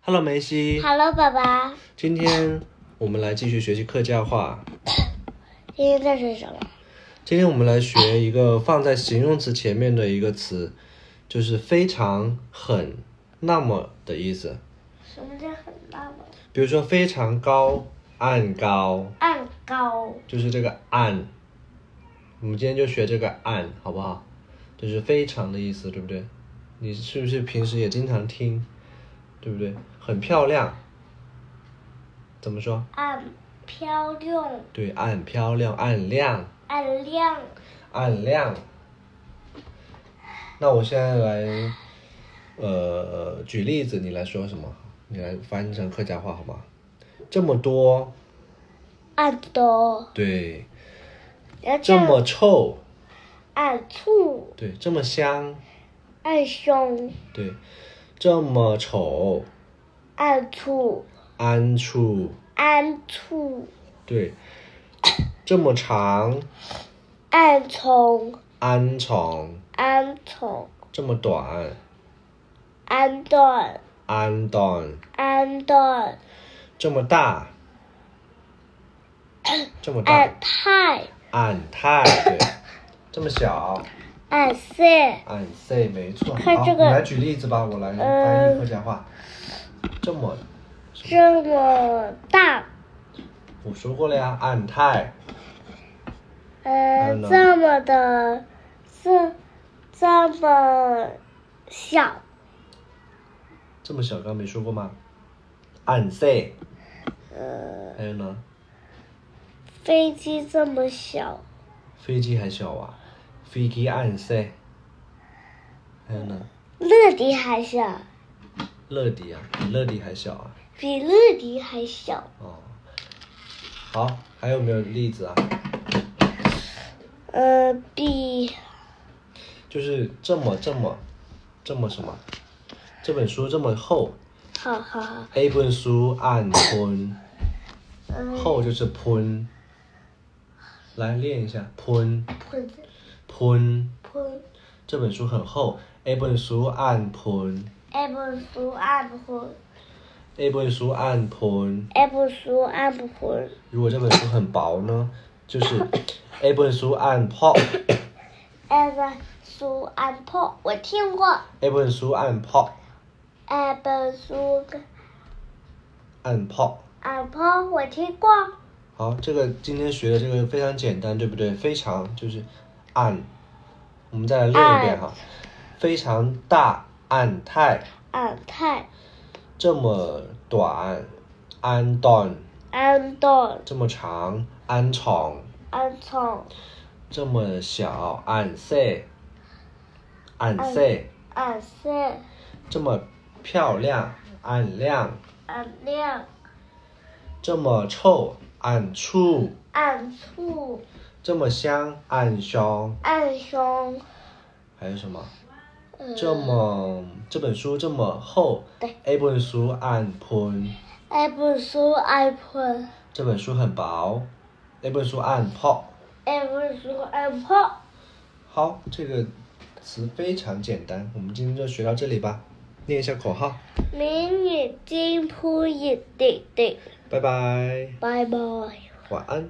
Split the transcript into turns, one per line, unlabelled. Hello，梅西。
Hello，爸爸，
今天我们来继续学习客家话。
今天在学什么？
今天我们来学一个放在形容词前面的一个词，就是非常、很、那么的意思。
什么叫很大吗？
比如说非常高、按高，
按高，
就是这个按。我们今天就学这个按，好不好？就是非常的意思，对不对？你是不是平时也经常听？对不对？很漂亮。怎么说？
按漂亮，
对，按漂亮，按亮。
按亮，
按量。那我现在来，呃，举例子，你来说什么？你来翻译成客家话好吗？这么多，
按多，
对，
然后
这么臭，
按醋，
对，这么香，
按胸，
对，这么丑，
按醋，
安处，
按醋，
对，这么长，
按葱，
安床，
按葱，
这么短，
按断，
安短，
按断，
这么大，这么大，
按太，
安泰，对，这么小。
按塞，
俺 C 没错。
看
好，
这个呃
你来举例子吧，我来翻译客家话。这么，
这么大，
我说过了呀，俺太
呃，
Hello
这么的，这这么小，
这么小，刚刚没说过吗？俺 C，
呃，
还有呢，
飞机这么小，
飞机还小啊，飞机俺 C，还有呢，
乐迪还小，
乐迪啊，比乐迪还小啊，
比乐迪还小。
哦，好，还有没有例子啊？
呃，比
就是这么这么，这么什么？这本书这么厚，
好好好，
A 本书按吞。
嗯，
后就是喷，来练一下喷
喷
喷。
喷，
这本书很厚，A 本书按喷
爱不熟爱不混，
，A 本书按喷。
爱不熟爱不混，
如果这本书很薄呢，就是 A 本书按泡
爱不熟爱破。我听过，
，A 本书按泡
爱不熟
按泡。
爱破，我听过。
好，这个今天学的这个非常简单，对不对？非常就是按，我们再来练一遍哈，非常大按太，
俺太
这么短按短。
俺懂
这么长，安床；
俺聪
这么小，俺塞，俺塞；
俺深
这么漂亮，俺亮；
俺亮
这么臭，俺醋；
俺醋
这么香，俺香。
俺胸。
还有什么？
呃
这么这本书这么厚
对
，A 本书俺喷，
爱哎不熟爱喷，
这本书很薄，A 本书俺泡。
爱哎不熟爱破。
好，这个词非常简单，我们今天就学到这里吧。念一下口号，
明月金铺一滴滴，
拜拜，
拜拜。
晚安。